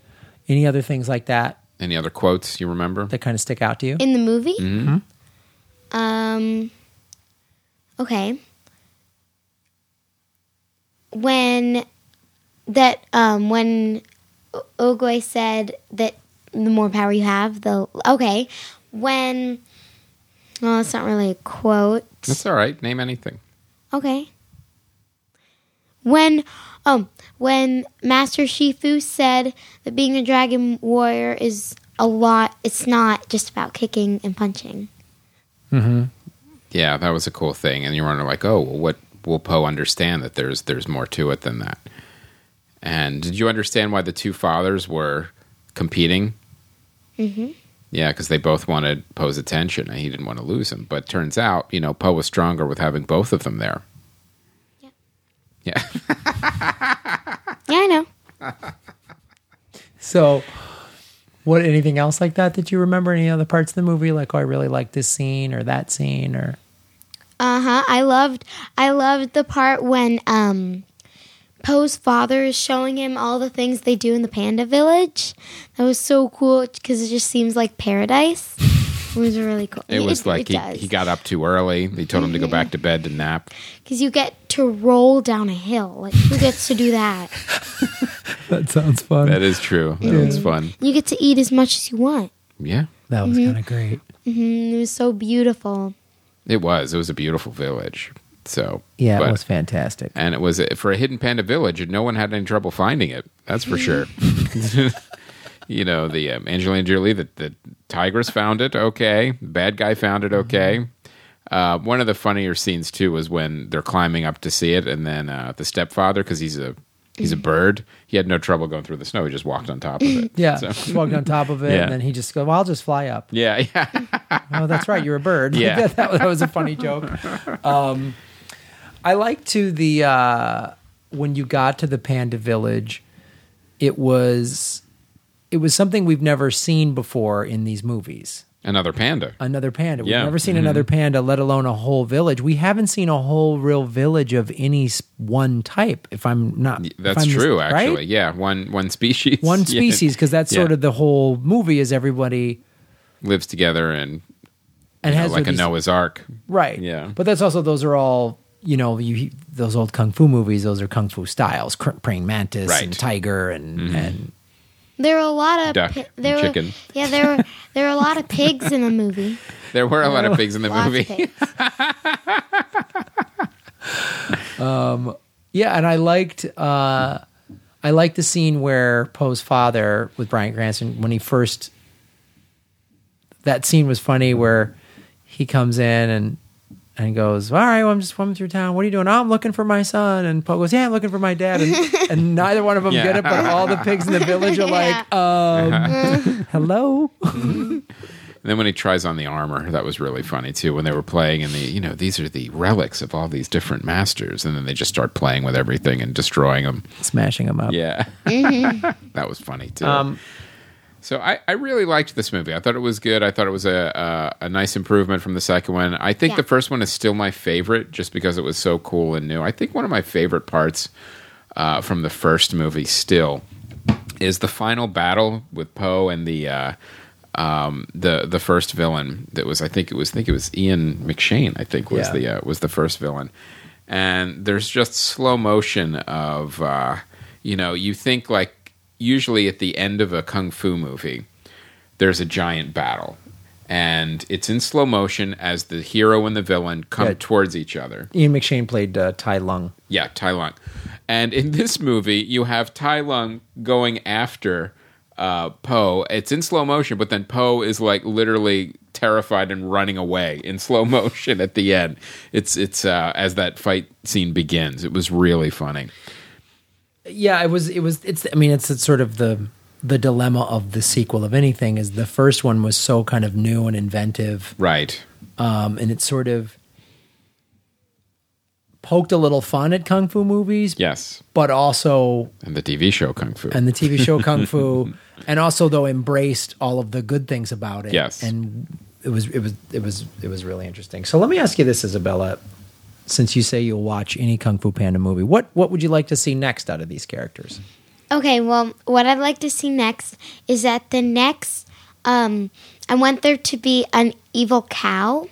S4: Any other things like that
S1: Any other quotes you remember?
S4: that kind of stick out to you?
S5: In the movie? Um, okay. When that um when O- Ogwe said that the more power you have, the okay. When well, it's not really a quote.
S1: That's all right. Name anything.
S5: Okay. When um when Master Shifu said that being a dragon warrior is a lot, it's not just about kicking and punching.
S1: Yeah, that was a cool thing. And you wonder like, oh, well, what will Poe understand that there's there's more to it than that? And did you understand why the two fathers were competing? Mm-hmm. Yeah, because they both wanted Poe's attention, and he didn't want to lose him. But turns out, you know, Poe was stronger with having both of them there.
S5: Yeah.
S1: Yeah.
S5: Yeah, I know.
S4: So, what anything else like that that you remember? Any other parts of the movie? Like, oh, I really like this scene or that scene or
S5: Uh huh. I loved I loved the part when um Poe's father is showing him all the things they do in the panda village. That was so cool because it just seems like paradise. It was really cool.
S1: It was like he,
S5: does.
S1: he got up too early. They told him to go back to bed to nap.
S5: because you get to roll down a hill. Like who gets to do that?
S4: that sounds fun.
S1: That is true. That was
S4: Mm-hmm.
S1: fun.
S5: You get to eat as much as you want.
S1: Yeah,
S4: that was kind of great.
S5: And it was so beautiful.
S1: it was. It was a beautiful village. So
S4: Yeah,
S1: but-
S4: it was fantastic.
S1: and it was for a hidden panda village, and no one had any trouble finding it. That's for sure. you know, the um, Angelina Jolie, the, the tigress found it. Okay, bad guy found
S4: Mm-hmm.
S1: it. Okay. Uh, one of the funnier scenes too was when they're climbing up to see it, and then uh, the stepfather, because he's a he's
S4: Mm-hmm.
S1: a bird, he had no trouble going through the snow. He just walked on top of it.
S4: Yeah,
S1: So-
S4: just walked on top of it,
S1: Yeah.
S4: and then he just go, well, "I'll just fly up."
S1: Yeah, yeah.
S4: Oh, that's right, you're a bird.
S1: Yeah.
S4: that, that was- that was a funny joke. Um, I like to the uh, when you got to the panda village, it was it was something we've never seen before in these movies.
S1: Another panda.
S4: another panda. We've
S1: Yeah. Mm-hmm.
S4: never seen another panda, let alone a whole village. We haven't seen a whole real village of any s- one type. If I'm not, if
S1: That's
S4: I'm mis-
S1: true,
S4: right?
S1: actually. Yeah, one one species.
S4: One
S1: Yeah.
S4: species, because that's
S1: Yeah.
S4: sort of the whole movie is everybody
S1: lives together and,
S4: and
S1: you know,
S4: has
S1: like a
S4: these-
S1: Noah's Ark.
S4: right.
S1: Yeah.
S4: but that's also those are all you know you those old kung fu movies. Those are kung fu styles, cr- praying mantis
S1: Right. Mm-hmm.
S4: and tiger and and
S5: There were a lot of
S1: Duck
S5: pi-
S1: and
S5: there were-
S1: chicken.
S5: yeah, there were there were a lot of pigs in the movie.
S1: There were a lot
S4: Oh.
S1: of pigs in the
S5: Lots of
S1: movie.
S5: pigs.
S4: Yeah, and I liked uh, I liked the scene where Poe's father with Brian Cranston when he first that scene was funny where he comes in and and goes, All right, well, I'm just swimming through town. What are you doing? Oh, I'm looking for my son. And Poe goes, Yeah, I'm looking for my dad. And, and neither one of them
S1: Yeah.
S4: get it, but all the pigs in the village are like, um, Hello?
S1: And then when he tries on the armor, that was really funny too. When they were playing and the you know, these are the relics of all these different masters, and then they just start playing with everything and destroying them.
S4: Smashing them up. Um,
S1: Yeah. that was funny too. So I, I really liked this movie. I thought it was good. I thought it was a a, a nice improvement from the second one. I think
S5: Yeah.
S1: the first one is still my favorite, just because it was so cool and new. I think one of my favorite parts uh, from the first movie still is the final battle with Poe and the. Uh, um, the the first villain that was I think it was I think it was Ian McShane I think was
S4: Yeah.
S1: the uh, was the first villain, and there's just slow motion of uh, you know you think like usually at the end of a kung fu movie there's a giant battle and it's in slow motion as the hero and the villain come
S4: Yeah.
S1: towards each other
S4: Ian McShane played uh, Tai Lung.
S1: yeah, Tai Lung. And in this movie, you have Tai Lung going after uh, Poe. It's in slow motion, but then Poe is like literally terrified and running away in slow motion at the end. It's it's uh, as that fight scene begins. It was really funny.
S4: Yeah, it was. It was. It's. I mean, it's, it's sort of the the dilemma of the sequel of anything is the first one was so kind of new and inventive,
S1: Right.
S4: um, and it sort of poked a little fun at kung fu movies,
S1: Yes.
S4: but also
S1: And the TV show Kung Fu.
S4: and the TV show Kung Fu, and also though embraced all of the good things about it.
S1: Yes.
S4: and it was it was it was it was really interesting. So let me ask you this, Isabella. Since you say you'll watch any Kung Fu Panda movie, what what would you like to see next out of these characters?
S5: Okay, well, what I'd like to see next is that the next, um, I want there to be an evil cow.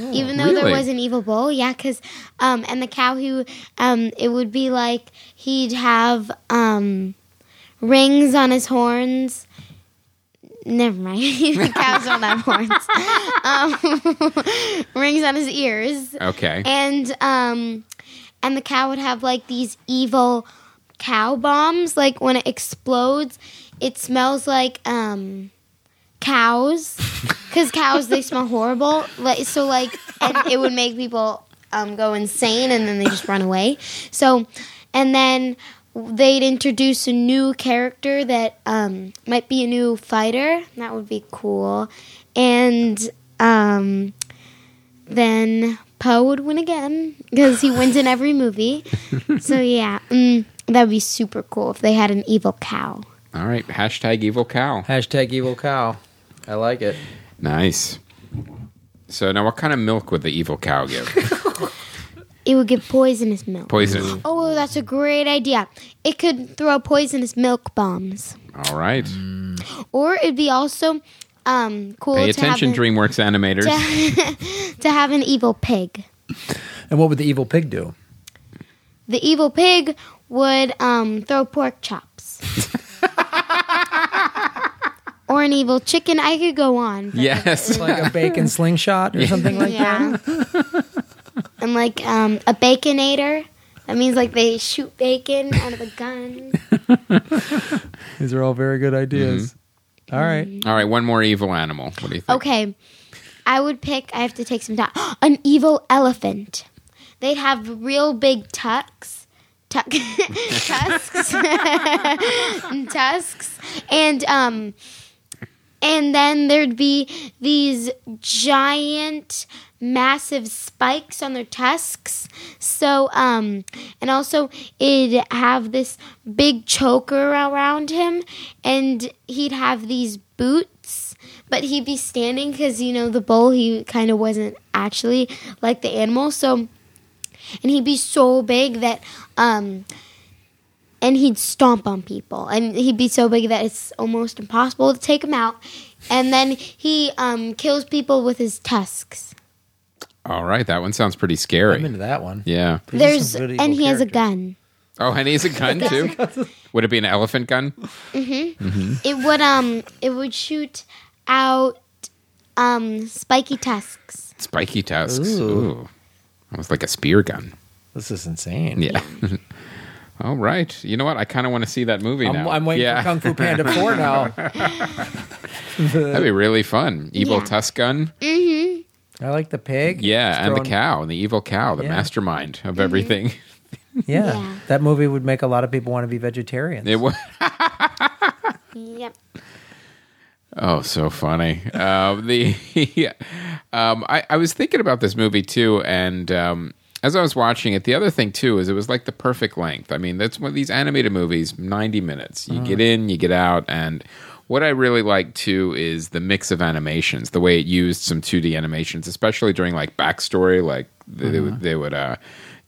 S5: Even though there
S1: Really?
S5: was an evil bull, yeah, because, um, and the cow who, um, it would be like he'd have, um, rings on his horns. Never mind. the cows don't have horns. Um, rings on his ears
S1: okay.
S5: and um and the cow would have like these evil cow bombs like when it explodes it smells like um cows because cows they smell horrible like so like and it would make people um go insane and then they just run away so and then they'd introduce a new character that um might be a new fighter that would be cool and um then Poe would win again because he wins in every movie. so yeah, mm, that would be super cool if they had an evil cow.
S1: All right. Hashtag evil cow.
S4: Hashtag evil cow. I like it.
S1: Nice. So now, what kind of milk would the evil cow give?
S5: It would give poisonous milk.
S1: Poison.
S5: oh, that's a great idea. It could throw poisonous milk bombs,
S1: All right.
S5: or it'd be also um, cool
S1: Pay
S5: to have,
S1: attention,
S5: an,
S1: DreamWorks animators.
S5: to have an evil pig.
S4: And what would the evil pig do?
S5: The evil pig would um, throw pork chops. or an evil chicken. I could go on. but-
S1: Yes.
S4: Like a bacon slingshot or something like
S5: yeah. and like um, a baconator. That means like they shoot bacon out of a gun.
S4: that. These are all very good ideas.
S1: Mm-hmm.
S4: All right.
S1: All right. One more evil animal. What do you think?
S5: Okay. I would pick, I have to take some time. An evil elephant. They'd have real big tucks. Tuck, tusks and tusks and um and then there'd be these giant massive spikes on their tusks so um and also it'd have this big choker around him and he'd have these boots but he'd be standing because you know the bull he kind of wasn't actually like the animal so and he'd be so big that um and he'd stomp on people and he'd be so big that it's almost impossible to take him out and then he um, kills people with his tusks
S1: All right, that one sounds pretty scary.
S4: I'm into that one.
S1: yeah.
S5: there's
S4: some
S5: and
S4: really
S5: he
S4: evil
S5: has a
S4: characters.
S5: gun
S1: Oh, and he's a gun too. Would it be an elephant gun?
S5: it would um it would shoot out um spiky tusks
S1: Spiky tusks.
S4: Ooh.
S1: Ooh. Almost like a spear gun.
S4: This is insane.
S1: Yeah. All right. You know what? I kind of want to see that movie
S4: I'm,
S1: now.
S4: I'm waiting
S1: yeah.
S4: for Kung Fu Panda 4 now.
S1: That'd be really fun. Evil
S5: Yeah.
S1: tusk gun.
S4: I like the pig.
S1: Yeah,
S4: Just
S1: and the
S4: throwing-
S1: cow, and the evil cow, the
S4: Yeah.
S1: mastermind of everything.
S4: Yeah.
S5: Yeah.
S4: That movie would make a lot of people want to be vegetarians.
S1: It was.
S5: yep
S1: Oh, so funny. Um, the um, I, I was thinking about this movie too, and um, as I was watching it, the other thing too is it was like the perfect length. I mean, that's one of these animated movies, ninety minutes. You get in, you get out, and What I really like too is the mix of animations, the way it used some 2D animations, especially during like backstory. Like they, they would they would uh,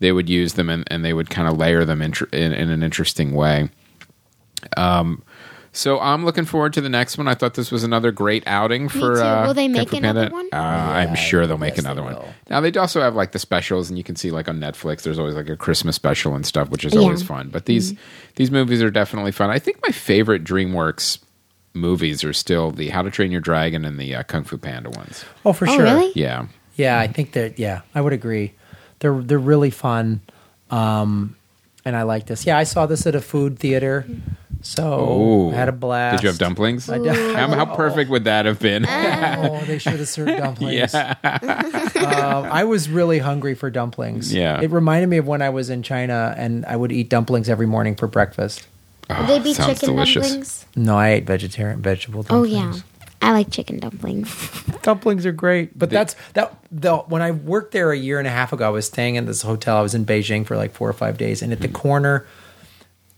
S1: they would use them and, and they would kind of layer them in, in in an interesting way. Um, so I'm looking forward to the next one. I thought this was another great outing for.
S5: too.
S1: Uh,
S5: Will they make
S1: Kung Fu
S5: another
S1: Panda.
S5: one?
S1: Uh, I'm sure they'll make
S4: yes, they
S1: another one.
S4: will.
S1: Now they also have like the specials, and you can see like on Netflix, there's always like a Christmas special and stuff, which is always fun. But these
S5: Mm-hmm.
S1: these movies are definitely fun. I think my favorite DreamWorks movies are still the How to Train Your Dragon and the uh, Kung Fu Panda ones.
S4: Oh, for
S5: Oh,
S4: sure.
S5: really?
S1: Yeah,
S4: Yeah, I think that. Yeah, I would agree. They're they're really fun, um, and I like this. Yeah, I saw this at a food theater, so
S1: Ooh.
S4: I Oh, had a blast.
S1: Did you have dumplings?
S4: I did-
S1: How, how perfect would that have been?
S5: Uh,
S4: oh, they should have served dumplings. Um, I was really hungry for dumplings.
S1: Yeah.
S4: it reminded me of when I was in China and I would eat dumplings every morning for breakfast.
S1: Oh,
S5: Would they be
S1: sounds
S5: chicken
S1: delicious.
S5: dumplings?
S4: No, I ate vegetarian vegetable
S5: Oh
S4: dumplings.
S5: yeah, I like chicken dumplings.
S4: dumplings are great. But that's that. The, when I worked there a year and a half ago, I was staying in this hotel. I was in Beijing for like four or five days, and at the corner,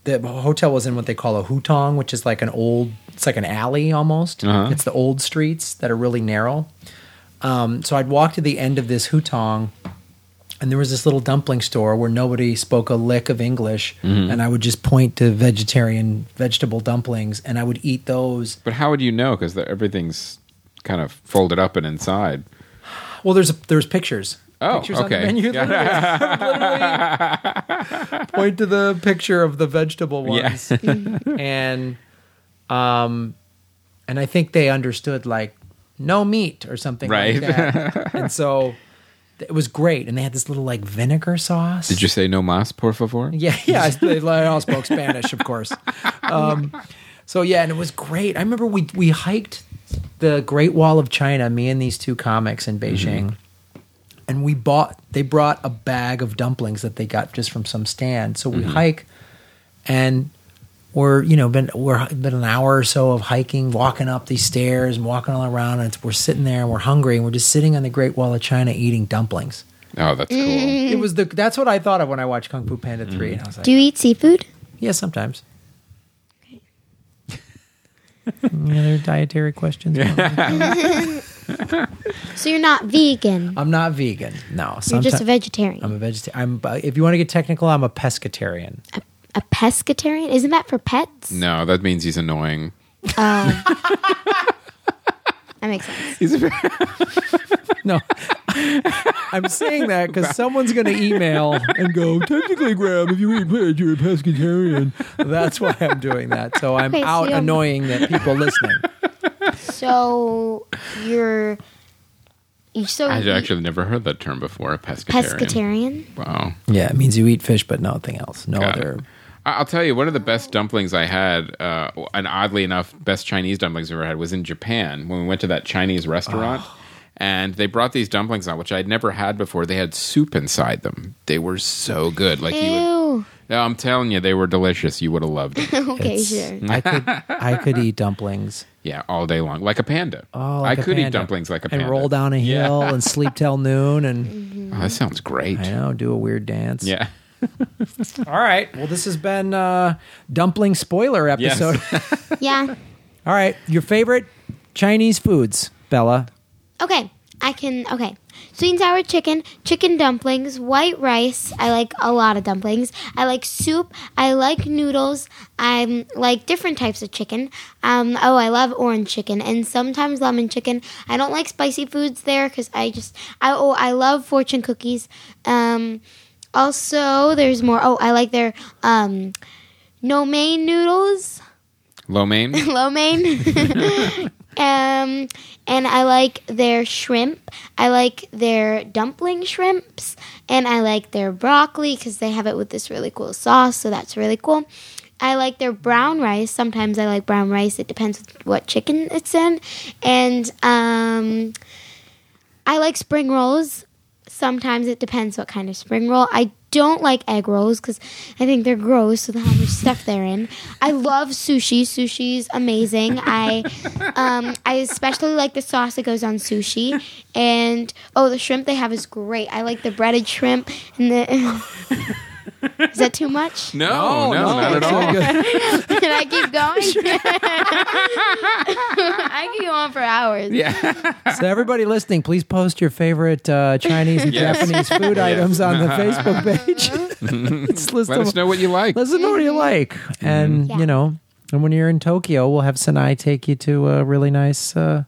S4: the hotel was in what they call a hutong, which is like an old. It's like an alley almost.
S1: Uh-huh.
S4: It's the old streets that are really narrow. Um, so I'd walk to the end of this hutong. And there was this little dumpling store where nobody spoke a lick of English, and I would just point to vegetarian vegetable dumplings, and I would eat those
S1: But how would you know? Because everything's kind of folded up and inside.
S4: Well, there's there's pictures.
S1: Oh,
S4: pictures On
S1: okay.
S4: the menu.
S1: Yeah.
S4: Literally- literally point to the picture of the vegetable
S1: Yeah.
S4: ones, and um, and I think they understood like no meat or something
S1: Right.
S4: like that, and so it was great. And they had this little like vinegar sauce.
S1: Did you say no mas, por favor?
S4: Yeah, yeah. I, sp- I all spoke Spanish, of course. Um, so yeah, and it was great. I remember we we hiked the Great Wall of China. Me and these two comics in Beijing, and we bought. They brought a bag of dumplings that they got just from some stand. So we hike, and we're you know been we're been an hour or so of hiking, walking up these stairs and walking all around, and it's, we're sitting there and we're hungry and we're just sitting on the Great Wall of China eating dumplings.
S1: Oh, that's cool.
S4: It was the that's what I thought of when I watched Kung Fu Panda 3 and I was like,
S5: Do you eat seafood?
S4: yeah, sometimes. Any other dietary questions?
S5: So you're not vegan.
S4: I'm not vegan. No, sometimes
S5: You're just a vegetarian.
S4: Uh, I'm a vegetarian. I'm, uh, if you want to get technical, I'm a pescatarian.
S5: a pescatarian? Isn't that for pets?
S1: No, that means he's annoying.
S5: That makes sense.
S1: He's a
S4: No, I'm saying that because someone's going to email and go, technically, Graham, if you eat fish, you're a pescatarian. That's why I'm doing that. So I'm
S5: Okay, so
S4: out
S5: you-
S4: annoying the people listening.
S5: So you're you so
S1: I've
S5: you eat
S1: actually never heard that term before. A pescatarian.
S5: pescatarian.
S1: Wow.
S4: Yeah, it means you eat fish, but nothing else. No
S1: Got it.
S4: other.
S1: I- I'll tell you, one of the best dumplings I had, uh, and oddly enough, best Chinese dumplings I've ever had, was in Japan when we went to that Chinese restaurant. And they brought these dumplings out, which I'd never had before. They had soup inside them. They were so good. Like you would,
S5: Ew.
S1: No, I'm telling you, they were delicious. You would have loved them.
S5: Okay,
S4: It's-
S5: sure.
S4: I could I could eat dumplings.
S1: Yeah, all day long, like a panda.
S4: Oh, like
S1: I
S4: a
S1: could eat
S4: panda.
S1: dumplings like a
S4: and
S1: panda.
S4: roll down a
S1: Yeah.
S4: hill and sleep till noon and
S1: Oh, that sounds great.
S4: I know do a weird dance.
S1: Yeah.
S4: All right. Well, this has been uh, dumpling spoiler
S1: Yes.
S4: episode.
S5: Yeah.
S4: All right. Your favorite Chinese foods, Bella.
S5: Okay, I can. Okay, sweet and sour chicken, chicken dumplings, white rice. I like a lot of dumplings. I like soup. I like noodles. I like different types of chicken. Um, oh, I love orange chicken and sometimes lemon chicken. I don't like spicy foods there because I just. I oh, I love fortune cookies. Um, also, there's more. Oh, I like their um, no mein noodles
S1: Lo mein?
S5: lo mein. um, and I like their shrimp. I like their dumpling shrimps, and I like their broccoli because they have it with this really cool sauce. So that's really cool. I like their brown rice. Sometimes I like brown rice. It depends what chicken it's in, and um, I like spring rolls. Sometimes it depends what kind of spring roll. I don't like egg rolls because I think they're gross with how much stuff they're in. I love sushi. Sushi's amazing. I um, I especially like the sauce that goes on sushi. And oh, the shrimp they have is great. I like the breaded shrimp and the. Is that too much?
S1: Oh,
S4: Oh,
S1: No, no,
S4: no,
S1: not at
S4: it's
S1: all.
S4: good.
S5: Can I keep going? I could go on for hours.
S1: Yeah.
S4: so everybody listening, please post your favorite uh, Chinese and
S1: Yes.
S4: Japanese food items on the Facebook page. Let's list
S1: Let
S4: them-
S1: us know what you Mm-hmm. like.
S4: Let us know what you like, and
S5: Yeah.
S4: you know, and when you're in Tokyo, we'll have Sinai take you to a really nice. Uh,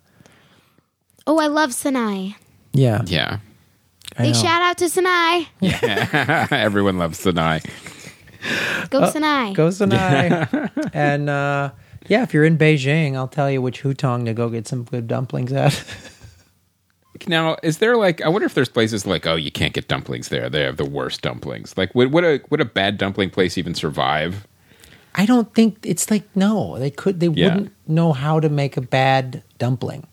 S5: Oh, I love Sinai.
S4: yeah,
S1: Yeah.
S4: I
S5: Big
S4: know.
S5: shout out to Sinai.
S1: Everyone loves Sinai.
S5: Go Sinai.
S4: Oh, Go Sinai, and uh, yeah, if you're in Beijing, I'll tell you which hutong to go get some good dumplings at.
S1: Now, is there like I wonder if there's places like oh you can't get dumplings there. They have the worst dumplings. Like would would a would a bad dumpling place even survive?
S4: I don't think it's like no, they could they
S1: Yeah.
S4: wouldn't know how to make a bad dumpling.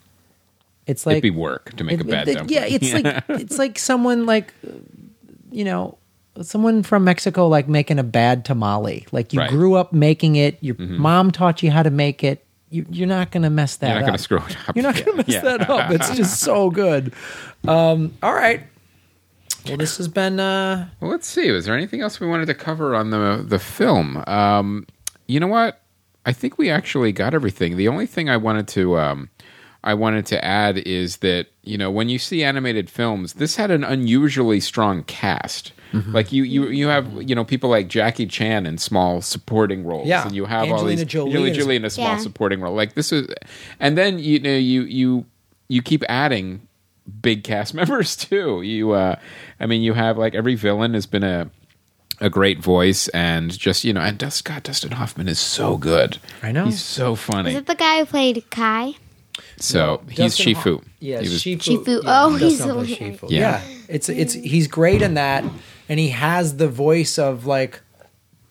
S4: It's like
S1: It'd be work to make
S4: it-
S1: a bad
S4: it-
S1: dumpling.
S4: Yeah, it's like it's like someone like you know someone from Mexico like making a bad tamale. Like you
S1: Right. Mm-hmm.
S4: grew up making it. Your mom taught you how to make it. You, you're not gonna mess that.
S1: You're not
S4: up.
S1: gonna screw it up.
S4: You're not gonna mess
S1: Yeah.
S4: that up. It's just so good. Um, all right. Well, this has been. Uh,
S1: Well, let's see. Was there anything else we wanted to cover on the the film? Um, you know what? I think we actually got everything. The only thing I wanted to um, I wanted to add is that you know when you see animated films, this had an unusually strong cast.
S4: Mm-hmm.
S1: Like you, you, you have you know people like Jackie Chan in small supporting roles,
S4: Yeah.
S1: and you have all
S4: Angelina
S1: these
S4: Jolie
S1: Angelina
S4: is-
S1: Jolie in a small
S5: Yeah.
S1: supporting role. Like this is, and then you know you you you keep adding big cast members too. You, uh I mean, you have like every villain has been a a great voice, and just you know, and Dust, God, Dustin Hoffman is so good.
S4: I know.
S1: he's so
S5: Is
S1: funny.
S5: it the guy who played Kai?
S1: so he's
S4: Dustin
S1: Shifu.
S4: Hoff- Yeah,
S1: He was-
S4: Shifu. yeah,
S5: Shifu. Oh,
S4: Dustin
S5: he's
S4: Hoffman
S5: hilarious.
S4: Shifu.
S1: Yeah.
S4: Yeah. it's it's he's great in that, and he has the voice of like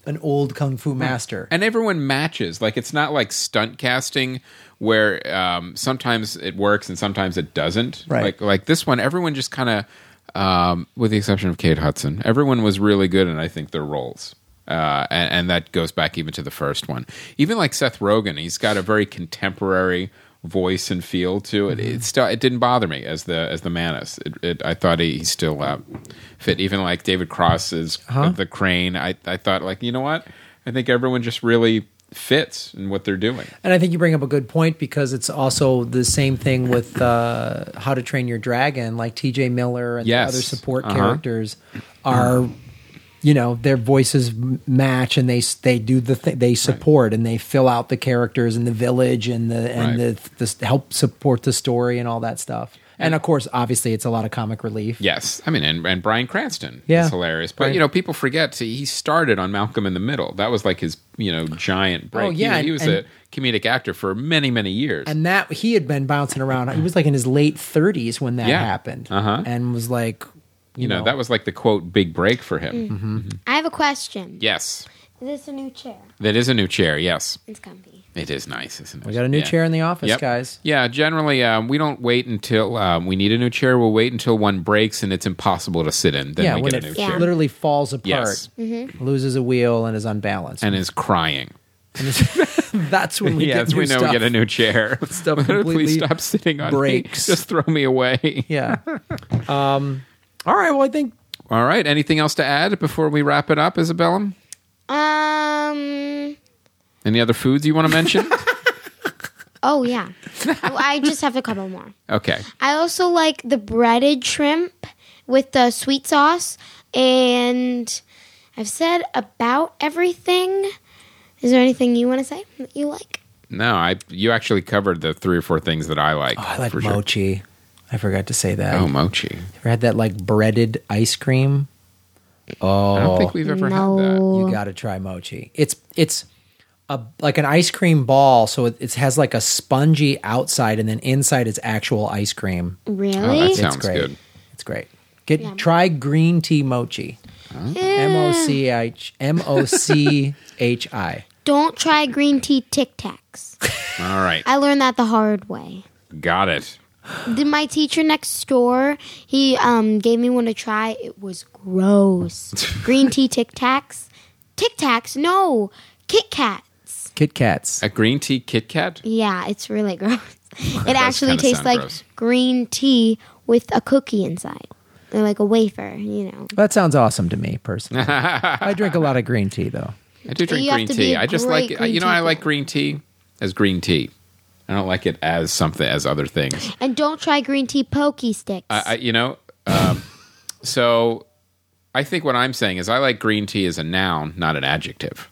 S4: an old kung fu master.
S1: and everyone matches. Like it's not like stunt casting where um, sometimes it works and sometimes it doesn't.
S4: Right.
S1: Like like this one, everyone just kind of, um, with the exception of Kate Hudson, everyone was really good in I think their roles. Uh, and, and that goes back even to the first one. Even like Seth Rogen, he's got a very contemporary voice and feel to it. It still it didn't bother me as the as the Manus. It, it, I thought he, he still uh, fit. Even like David Cross is the Crane. I I thought like you know what I think everyone just really fits in what they're doing.
S4: And I think you bring up a good point because it's also the same thing with uh, How to Train Your Dragon, like T.J. Miller and
S1: Yes.
S4: the other support
S1: Uh-huh.
S4: characters are, you know, their voices m- match and they s- they do the th- they support and they fill out the characters and the village and the and
S1: Right.
S4: the, the s- help support the story and all that stuff. And of course, obviously, it's a lot of comic relief.
S1: Yes, I mean, and, and Brian Cranston
S4: Yeah.
S1: is hilarious, but
S4: Brian-
S1: you know, people forget he started on Malcolm in the Middle. That was like his you know giant break.
S4: Oh, yeah,
S1: he, he
S4: and-
S1: was
S4: and-
S1: a comedic actor for many many years.
S4: and that he had been bouncing around. He was like in his late 30s when that
S1: Yeah.
S4: happened,
S1: Uh-huh.
S4: and was like, you,
S1: you know,
S4: know, Mm-hmm.
S1: that was like the quote big break for him. Mm-hmm.
S5: I have a question.
S1: Yes,
S5: Is this a new chair?
S1: that is a new chair. Yes,
S5: It's comfy.
S1: it is nice, isn't it?
S4: we got a new
S1: Yeah.
S4: chair in the office,
S1: Yep.
S4: guys.
S1: Yeah, generally um, we don't wait until um, we need a new chair. We'll wait until one breaks and it's impossible to sit in. Then
S4: yeah,
S1: we
S4: when
S1: get a
S4: it
S1: new
S5: Yeah.
S1: chair
S4: literally falls apart,
S1: Yes.
S4: loses a wheel, and is unbalanced.
S1: and is crying.
S4: that's when we
S1: yeah,
S4: get
S1: that's
S4: new
S1: when we know
S4: stuff.
S1: we get a new chair.
S4: Stuff
S1: Please
S4: completely
S1: stop sitting on
S4: breaks.
S1: me. Just throw me away.
S4: yeah. Um, all right. Well, I think
S1: All right. Anything else to add before we wrap it up, Isabella?
S5: Um.
S1: Any other foods you want to mention?
S5: Oh yeah. Oh, I just have a couple more.
S1: okay.
S5: I also like the breaded shrimp with the sweet sauce, and I've said about everything. Is there anything you want to say that you like?
S1: No, I you actually covered the three or four things that I like.
S4: oh, I like
S1: for sure.
S4: mochi. I forgot to say that.
S1: Oh, mochi.
S4: Ever had that like breaded ice cream? Oh,
S1: I don't think we've ever had that.
S5: No.
S4: You Oh, got to try mochi. It's it's a like an ice cream ball, so it, it has like a spongy outside, and then inside is actual ice cream.
S1: Oh,
S5: Really?
S1: that sounds
S4: it's great.
S1: good.
S4: It's great. Get try green tea mochi. M O C H M O C H I.
S5: Don't try green tea Tic Tacs.
S1: All right.
S5: I learned that the hard way.
S1: Got it.
S5: Did my teacher next door? He um gave me one to try. It was gross. Green tea Tic Tacs. Tic Tacs? No, Kit Kats.
S4: Kit Kats.
S1: A green tea Kit Kat?
S5: Yeah, it's really gross. It
S1: does
S5: actually
S1: kinda
S5: tastes
S1: sound
S5: like
S1: gross.
S5: green tea with a cookie inside. or like a wafer, you know.
S4: That sounds awesome to me personally. I drink a lot of green tea though.
S1: I do drink
S5: You have
S1: green
S5: to be
S1: tea.
S5: a
S1: I just
S5: great
S1: like
S5: green
S1: you know I
S5: tea
S1: like
S5: fan.
S1: green tea as green tea. I don't like it as something as other things.
S5: And don't try green tea pokey sticks.
S1: I, I you know um, so I think what I'm saying is I like green tea as a noun, not an adjective.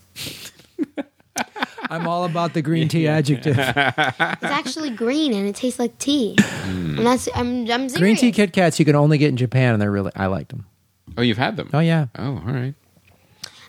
S4: I'm all about the green tea adjective.
S5: it's actually green and it tastes like tea.
S1: Hmm.
S5: and that's I'm I'm serious.
S4: green tea Kit Kats you can only get in Japan and they're really I liked them.
S1: Oh, you've had them.
S4: Oh yeah.
S1: Oh, all right.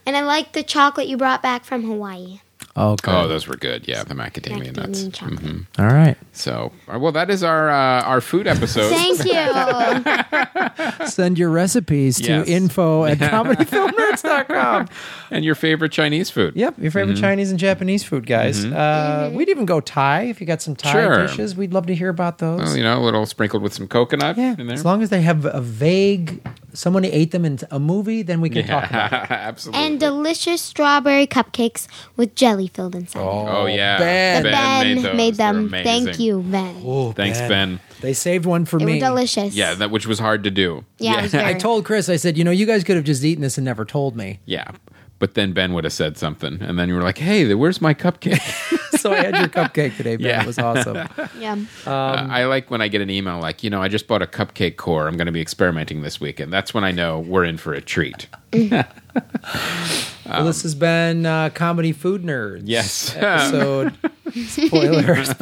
S5: and I like the chocolate you brought back from Hawaii.
S4: Oh, okay.
S1: Oh, those were good. Yeah, the macadamia, nuts.
S5: Macadamia chocolate.
S4: All right.
S1: So, uh, well, that is our uh, our food episode.
S5: Thank you.
S4: Send your recipes to
S1: Yes.
S4: info at comedyfilmnerds.com.
S1: and your favorite Chinese food.
S4: Yep, your favorite
S1: Mm-hmm.
S4: Chinese and Japanese food, guys. Uh, We'd even go Thai if you got some Thai
S1: Sure.
S4: dishes. We'd love to hear about those.
S1: Well, you know, a little sprinkled with some coconut
S4: yeah,
S1: in there.
S4: as long as they have a vague someone ate them in a movie, then we can talk about. it.
S1: Absolutely.
S5: and uh, delicious strawberry cupcakes with jelly filled inside.
S1: oh yeah.
S4: Ben.
S5: But ben made,
S1: those. They're
S5: them.
S1: amazing.
S5: Thank you, Ben.
S4: Oh,
S1: Oh, Thanks, Ben.
S4: They saved one for
S5: They
S4: me.
S5: were delicious.
S1: Yeah, that which was hard to do.
S5: Yeah, it was very-
S4: I told Chris, I said, you know, you guys could have just eaten this and never told me.
S1: Yeah. But then Ben would have said something, and then you were like, "Hey, where's my cupcake?"
S4: so I had your cupcake today, Ben.
S1: Yeah.
S4: It was awesome.
S5: yeah.
S1: Uh,
S4: Um,
S1: I like when I get an email like, "You know, I just bought a cupcake core. I'm going to be experimenting this weekend." That's when I know we're in for a treat.
S4: well, this has been uh, Comedy Food Nerds.
S1: Yes.
S4: Episode. Spoilers.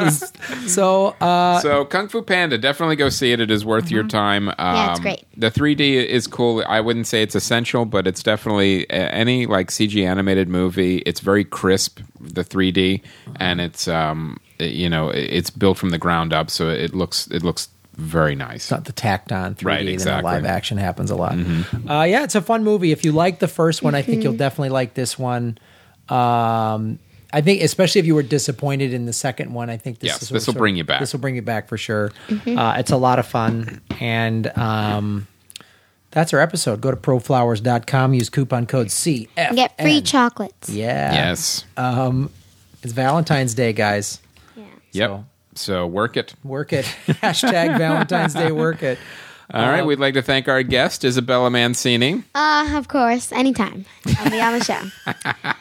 S4: so, uh,
S1: so Kung Fu Panda, definitely go see it. It is worth your time. Um,
S5: Mm-hmm. Yeah, it's great.
S1: The 3D is cool. I wouldn't say it's essential, but it's definitely a- any like CG animated movie. It's very crisp, the 3D,
S5: Mm-hmm.
S1: and it's um, it- you know, it- it's built from the ground up, so it looks it looks very nice.
S4: it's not the tacked on 3D
S1: Right,
S4: than the
S1: exactly.
S4: live
S1: Mm-hmm.
S4: action happens a lot. Uh, yeah, it's a fun movie. If you like the first one, I think
S5: Mm-hmm.
S4: you'll definitely like this one. Um, I think, especially if you were disappointed in the second one, I think this
S1: Yes,
S4: is
S1: this will bring you back.
S4: This will bring you back for sure.
S5: Mm-hmm.
S4: Uh, it's a lot of fun, and um, that's our episode. Go to proflowers.com, use coupon code CF.
S5: Get free chocolates.
S4: Yeah.
S1: Yes.
S4: Uh, It's Valentine's Day, guys.
S1: yep.
S4: so-
S1: So. work it.
S4: Work it. Hashtag Valentine's Day, work it.
S1: All
S4: Um,
S1: right, we'd like to thank our guest Isabella Mancini.
S5: Uh, of course, anytime. I'll be on the show.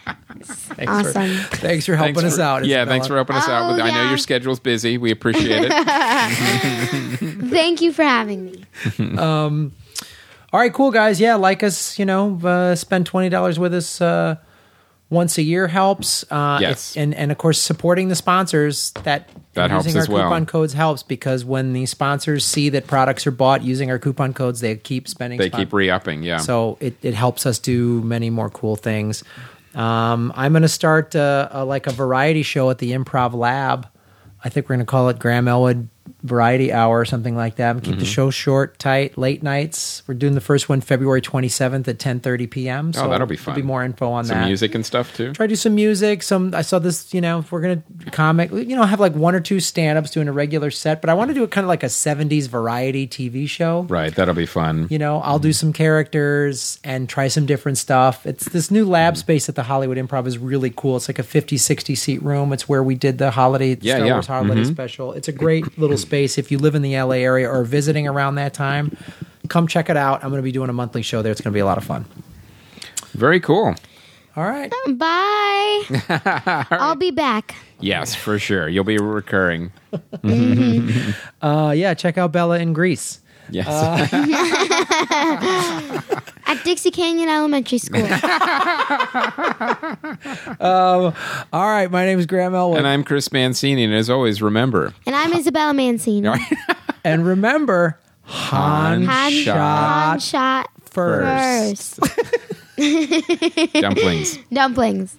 S4: Thanks
S5: awesome.
S4: For, thanks for helping
S1: Thanks
S4: us
S1: for-
S4: out.
S1: Yeah,
S4: Isabella.
S1: thanks for helping us out.
S5: Oh,
S1: With, I know
S5: yeah.
S1: your schedule's busy. We appreciate it.
S5: Thank you for having me.
S4: All right, cool guys. Yeah, like us. You know, uh, spend twenty dollars with us uh, once a year helps. Uh,
S1: Yes.
S4: if- and and of course supporting the sponsors that
S1: That
S4: and
S1: helps
S4: using
S1: as
S4: our
S1: well.
S4: coupon codes helps because when the sponsors see that products are bought using our coupon codes, they keep spending.
S1: they
S4: spon-
S1: keep re-upping. Yeah.
S4: so it, it helps us do many more cool things. Um, I'm going to start uh, a, like a variety show at the Improv Lab. I think we're going to call it Graham Elwood Variety Hour or something like that. Keep
S1: Mm-hmm.
S4: the show short, tight, late nights. We're doing the first one February 27th at 10:30 p.m. So
S1: Oh, that'll be
S4: there'll
S1: fun.
S4: more info on
S1: Some
S4: that.
S1: music and stuff too.
S4: Try to do some music. Some I saw this. You know, if we're gonna comic, you know, have like one or two stand-ups doing a regular set, but I want to do it kind of like a 70s variety TV show.
S1: Right, that'll be fun.
S4: You know,
S1: Mm-hmm.
S4: I'll do some characters and try some different stuff. It's this new lab
S1: Mm-hmm.
S4: space at the Hollywood Improv is really cool. It's like a 50, 60 seat room. It's where we did the holiday
S1: Yeah,
S4: Star
S1: yeah. Mm-hmm.
S4: Wars holiday special. It's a great little space if you live in the LA area or visiting around that time. Come check it out. I'm going to be doing a monthly show there. It's going to be a lot of fun.
S1: Very cool.
S4: All right.
S5: Bye. I'll be back.
S1: Yes, for sure. You'll be recurring.
S4: Uh, yeah, check out Bella in Greece.
S1: Yes.
S4: Uh,
S5: At Dixie Canyon Elementary School.
S4: All right. My name is Graham Elwood.
S1: and
S4: And,
S1: I'm Chris Mancini, and as always, remember.
S5: And I'm Isabella Mancini.
S4: remember, Han,
S5: Han
S4: shot
S5: Han shot
S4: first.
S5: first.
S1: Dumplings.
S5: Dumplings.